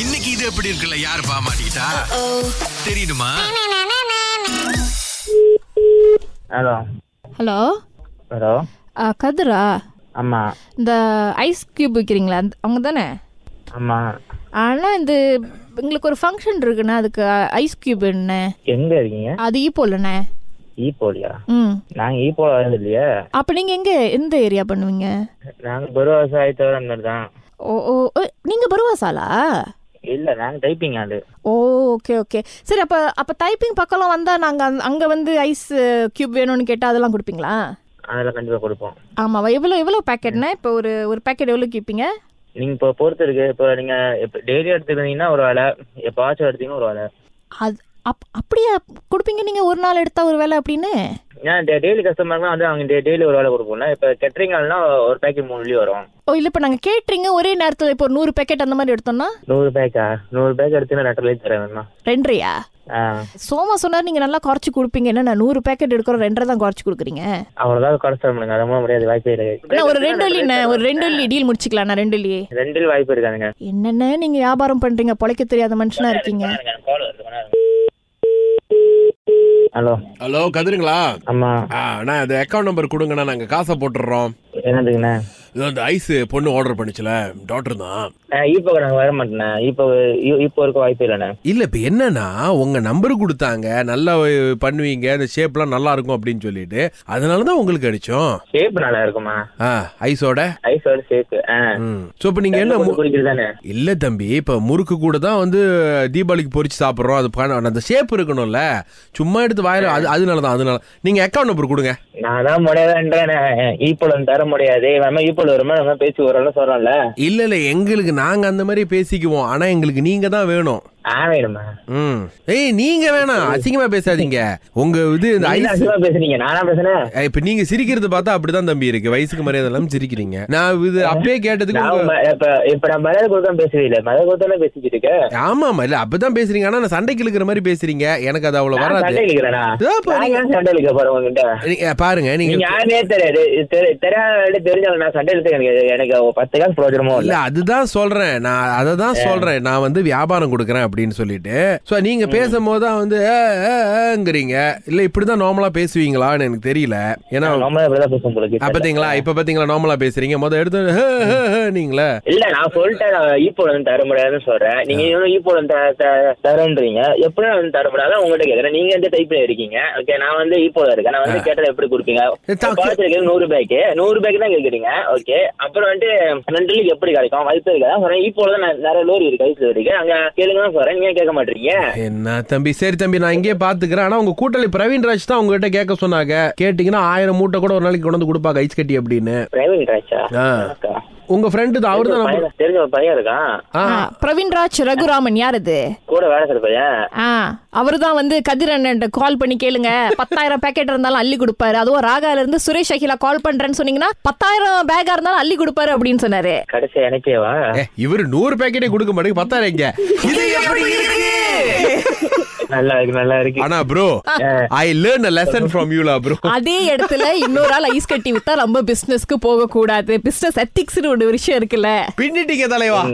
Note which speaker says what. Speaker 1: இன்னைக்கு இது எப்படி இருக்குல்ல யாரு பாமாட்டா தெரியுமா
Speaker 2: ஹலோ
Speaker 3: ஹலோ
Speaker 2: ஹலோ
Speaker 3: ஆ, கதிரா
Speaker 2: ஆமா
Speaker 3: இந்த ஐஸ் கியூப் விற்கிறீங்களா அந்த- அவங்க தானே
Speaker 2: ஆமா
Speaker 3: ஆனால் இந்த எங்களுக்கு ஒரு ஃபங்க்ஷன் இருக்குண்ணே அதுக்கு ஐஸ் கியூப் என்ன
Speaker 2: எங்க இருக்கீங்க
Speaker 3: அது ஈப்போலண்ணே
Speaker 2: ஈப்போலியா
Speaker 3: ம்
Speaker 2: நாங்க ஈப்போல வந்தது இல்லையா
Speaker 3: அப்போ நீங்கள் எங்கே எந்த ஏரியா பண்ணுவீங்க
Speaker 2: நாங்க பெருவாசாயி தவிர அந்த மாதிரி தான்
Speaker 3: ஓ ஓ நீங்கள் பருவாசாலா
Speaker 2: இல்ல நாங்க டைப்பிங் ஆளு
Speaker 3: ஓ ஓகே ஓகே சரி அப்போ அப்போ டைப்பிங் பக்கம்லாம் வந்தால் நாங்கள் அங்கே வந்து ஐஸ் கியூப் வேணும்னு கேட்டால் அதெல்லாம் கொடுப்பீங்களா
Speaker 2: அதெல்லாம் கண்டிப்பா கொடுப்போம்
Speaker 3: ஆமாவா எவ்வளோ எவ்வளோ பேக்கெட்ண்ணே இப்போ ஒரு ஒரு பேக்கெட் எவ்வளோ கேட்பீங்க
Speaker 2: நீங்க இப்போ பொறுத்து இருக்கு இப்போ நீங்க டெய்லி எடுத்துக்கிறீங்கன்னா ஒரு வேலை எப்பவாச்சும் எடுத்தீங்கன்னா ஒரு வேலை
Speaker 3: அது அப் அப்படியா கொடுப்பீங்க நீங்கள் ஒரு நாள் எடுத்தால் ஒரு வேலை அப்படின்னு
Speaker 2: ஏன் டெய்லி கஸ்டமர்னா வந்து அவங்க டெய்லி ஒரு வேலை கொடுப்போம்ல இப்போ கெட்டரிங் ஆளுனா ஒரு பேக்கெட் மூணு வெளியே வரும்
Speaker 3: ஓ இல்லை இப்போ நாங்கள் கேட்றீங்க ஒரே நேரத்தில் இப்போ ஒரு நூறு பேக்கெட் அந்த மாதிரி எடுத்தோம்னா
Speaker 2: நூறு பேக்கா நூறு பேக் எடுத்தீங்கன்னா ரெண்டு பேர் தர வேணுமா
Speaker 3: ரெண்டரையா
Speaker 2: ஆ
Speaker 3: சோமா சொன்னார் நீங்கள் நல்லா குறைச்சி கொடுப்பீங்க என்ன நான் நூறு பேக்கெட் எடுக்கிறோம் ரெண்டரை தான் குறைச்சி கொடுக்குறீங்க
Speaker 2: அவ்வளோதான் குறைச்ச முடியுங்க அது மூலம் முடியாது வாய்ப்பே இருக்கு
Speaker 3: அண்ணா ஒரு ரெண்டு ஒல்லிண்ணே ஒரு ரெண்டு ஒல்லி டீல் முடிச்சுக்கலாம் நான் ரெண்டு ஒல்லியே
Speaker 2: ரெண்டில் வாய்ப்பு இருக்காதுங்க
Speaker 3: என்னென்ன நீங்கள் வியாபாரம் பண்ணுறீங்க பொழைக்க தெரியாத மனுஷனாக இருக்கீங்க
Speaker 2: ஹலோ
Speaker 4: ஹலோ கதிருங்களா
Speaker 2: ஆமா
Speaker 4: ஆ, அண்ணா இந்த அக்கௌண்ட் நம்பர் கொடுங்கண்ணா நாங்கள் காசை போட்டுடுறோம்
Speaker 2: என்னதுங்கண்ணா
Speaker 4: இதோ இந்த ஐஸ் பொண்ணு ஆர்டர் பண்ணிச்சுல டாக்டர் தான்
Speaker 2: இப்போ நாங்கள் வர மாட்டேண்ணே இப்போ இப்போ இருக்க வாய்ப்பு இல்லைண்ணே
Speaker 4: இல்ல இப்ப என்னன்னா உங்க நம்பர் கொடுத்தாங்க நல்லா அஹ், பண்ணுவீங்க இந்த ஷேப்லாம் நல்லா இருக்கும் அப்படின்னு சொல்லிட்டு அதனால தான் உங்களுக்கு அடிச்சோம்
Speaker 2: ஷேப் நல்லா இருக்குமா
Speaker 4: ஆ ஐஸோட
Speaker 2: ஐஸோட ஷேப் ஆ
Speaker 4: ம் ஸோ இப்போ நீங்க என்ன
Speaker 2: என்ன
Speaker 4: மு-
Speaker 2: குடிக்கிறது தானே
Speaker 4: இல்ல தம்பி இப்ப முறுக்கு கூட தான் வந்து தீபாவளிக்கு பொரிச்சு சாப்பிடுறோம் அது பண- அந்த ஷேப் இருக்கணும்ல சும்மா எடுத்து வாயில அது அதனால தான் அதனால நீங்க அக்கௌண்ட் நம்பர் கொடுங்க
Speaker 2: நான் தான் முடியாதுன்றேன் ஈப்போலம் தர முடியாது இவன் ஈப்போல் வருமா நம்ம பேசி வரலாம் சொல்கிறோம்ல
Speaker 4: இல்ல இல்ல எங்களுக்கு நாங்க அந்த மாதிரி பேசிக்குவோம் ஆனா எங்களுக்கு நீங்க தான் வேணும்
Speaker 2: ஆவேடுமா
Speaker 4: ம் ஏய் நீங்க வேணாம் அசிங்கமா பேசாதீங்க உங்க இது இந்த ஐஸ்
Speaker 2: ஐசியமா பேசுறீங்க நானா பேசுனேன்
Speaker 4: ஏய், இப்ப நீங்க சிரிக்கிறது பார்த்தா அப்படிதான் தம்பி இருக்கு வயசுக்கு மரியாதை இல்லாம சிரிக்கிறீங்க நான் இது அப்பயே கேட்டதுக்கு
Speaker 2: நான்
Speaker 4: உங்க-
Speaker 2: உங்க- இப்ப இப்ப நான் மரியாதை கொடுக்காம பேசுறது இல்ல மரியாதை கொடுத்தானே பேசிக்கிட்டு இருக்கேன்
Speaker 4: ஆமாமா இல்ல அப்பதான் பேசுறீங்க ஆனா நான் சண்டைக்கு இழுக்கிற மாதிரி பேசுறீங்க எனக்கு அது அவ்வளவு
Speaker 2: நான்
Speaker 4: வராது
Speaker 2: சண்டை இழுக்கிறேனா
Speaker 4: இதோ பாருங்க.
Speaker 2: நான் ஏன் சண்டை இழுக்க போறேன் உங்ககிட்ட
Speaker 4: நீங்க- பாருங்க
Speaker 2: நீங்க
Speaker 4: நீங்க
Speaker 2: யாருமே தெரியாது இது தெரி- தெரியாத தெரிஞ்சாலும் நான் சண்டை எடுத்து எனக்கு எனக்கு ஒரு பத்து காசு பிரோஜனமும்
Speaker 4: இல்ல
Speaker 2: இல்ல
Speaker 4: அதுதான் சொல்றேன் நான் அதை தான் சொல்றேன் நான் வந்து வியாபாரம் கொடுக்குறேன் அப்படின்னு சொல்லிட்டு சோ நீங்க பேசும்போது தான் வந்து ஏங்கிறீங்க இல்ல இப்படிதான் நார்மலா பேசுவீங்களான்னு எனக்கு தெரியல ஏன்னா
Speaker 2: நம்மளே இப்படிதான் பேசும் போல
Speaker 4: அப்ப
Speaker 2: இருக்கு.
Speaker 4: பாத்தீங்களா இப்ப பாத்தீங்களா நார்மலா பேசுறீங்க முத எடுத்து ஹே, ஹே, ஹேன்னீங்களே.
Speaker 2: இல்ல நான் சொல்லிட்டேன் நான் ஈப்போல வந்து தர முடியாதுன்னு சொல்றேன் நீங்க இன்னும் ஈப்போல வந்து த- த- தரேன்றீங்க எப்படி நான் வந்து தர முடியாது உங்ககிட்ட கேக்குறேன் நீங்க எந்த டைப்ல இருக்கீங்க ஓகே நான் வந்து ஈப்போல இருக்கேன் நான் வந்து கேட்டதை எப்படி கொடுப்பீங்க
Speaker 4: ஏ, தா-
Speaker 2: குறைச்சிருக்கிறது நூறு பேக்கு நூறு பேக்கு தான் கேக்குறீங்க ஓகே அப்புறம் வந்துட்டு ரெண்டு லீக் எப்படி கிடைக்கும் வாய்ப்பு இருக்காதான் சொல்றேன் ஈப்போல தான் நிறைய லோரி இருக்கு ஐஸ்ல இருக்கு அங்க கேளுங்க தான் சொல்றேன் நீங்க கேட்க மாட்டீங்க
Speaker 4: என்ன தம்பி சரி தம்பி நான் இங்கேயே பாத்துக்கிறேன் ஆனா உங்க கூட்டாளி பிரவீன் ராஜ் தான் உங்ககிட்ட கேட்க சொன்னாங்க கேட்டீங்கன்னா ஆயிரம் மூட்டை கூட ஒரு நாளைக்கு கொண்டு வந்து கொடுப்பாங்க ஐஸ் கட்டி அப்படின்னு
Speaker 2: பிரவீன் ராஜா
Speaker 4: ஆ. உங்க ஃப்ரெண்டு தான் அவரு தான் நம்ம-
Speaker 2: பையன் தெரிஞ்ச ஒரு பையன் இருக்கான்
Speaker 4: ஆ,
Speaker 3: ஆ, பிரவீன்ராஜ் ரகுராமன் யார் அது
Speaker 2: கூட வேலை செய்யற பையன்
Speaker 3: ஆ அவர் தான் வந்து கதிரண்ணன்ட்ட கால் பண்ணி கேளுங்க பத்தாயிரம் பேக்கெட் இருந்தாலும் அள்ளி கொடுப்பாரு அதுவும் ராகால இருந்து சுரேஷ் அகிலா கால் பண்றேன்னு சொன்னீங்கன்னா பத்தாயிரம் பேக்கா இருந்தாலும் அள்ளி கொடுப்பாரு அப்படின்னு சொன்னாரு
Speaker 2: கடைசி எனக்கேவா
Speaker 4: ஏ, இவரு நூறு பேக்கெட்டே கொடுக்க மாட்டேங்க பத்தாயிரம் இங்க. இது எப்படி
Speaker 2: நல்லா இருக்கு நல்லா இருக்கு
Speaker 4: ஆனா bro I learn a lesson from யூலா ப்ரோ
Speaker 3: அதே இடத்துல இன்னொரு ஆள் ஐஸ் கட்டி வித்தா ரொம்ப பிசினஸ்க்கு போக கூடாது பிசினஸ் எத்திக்ஸ்னு ஒரு விஷயம் இருக்குல்ல
Speaker 4: பின்னிட்டீங்க தலைவா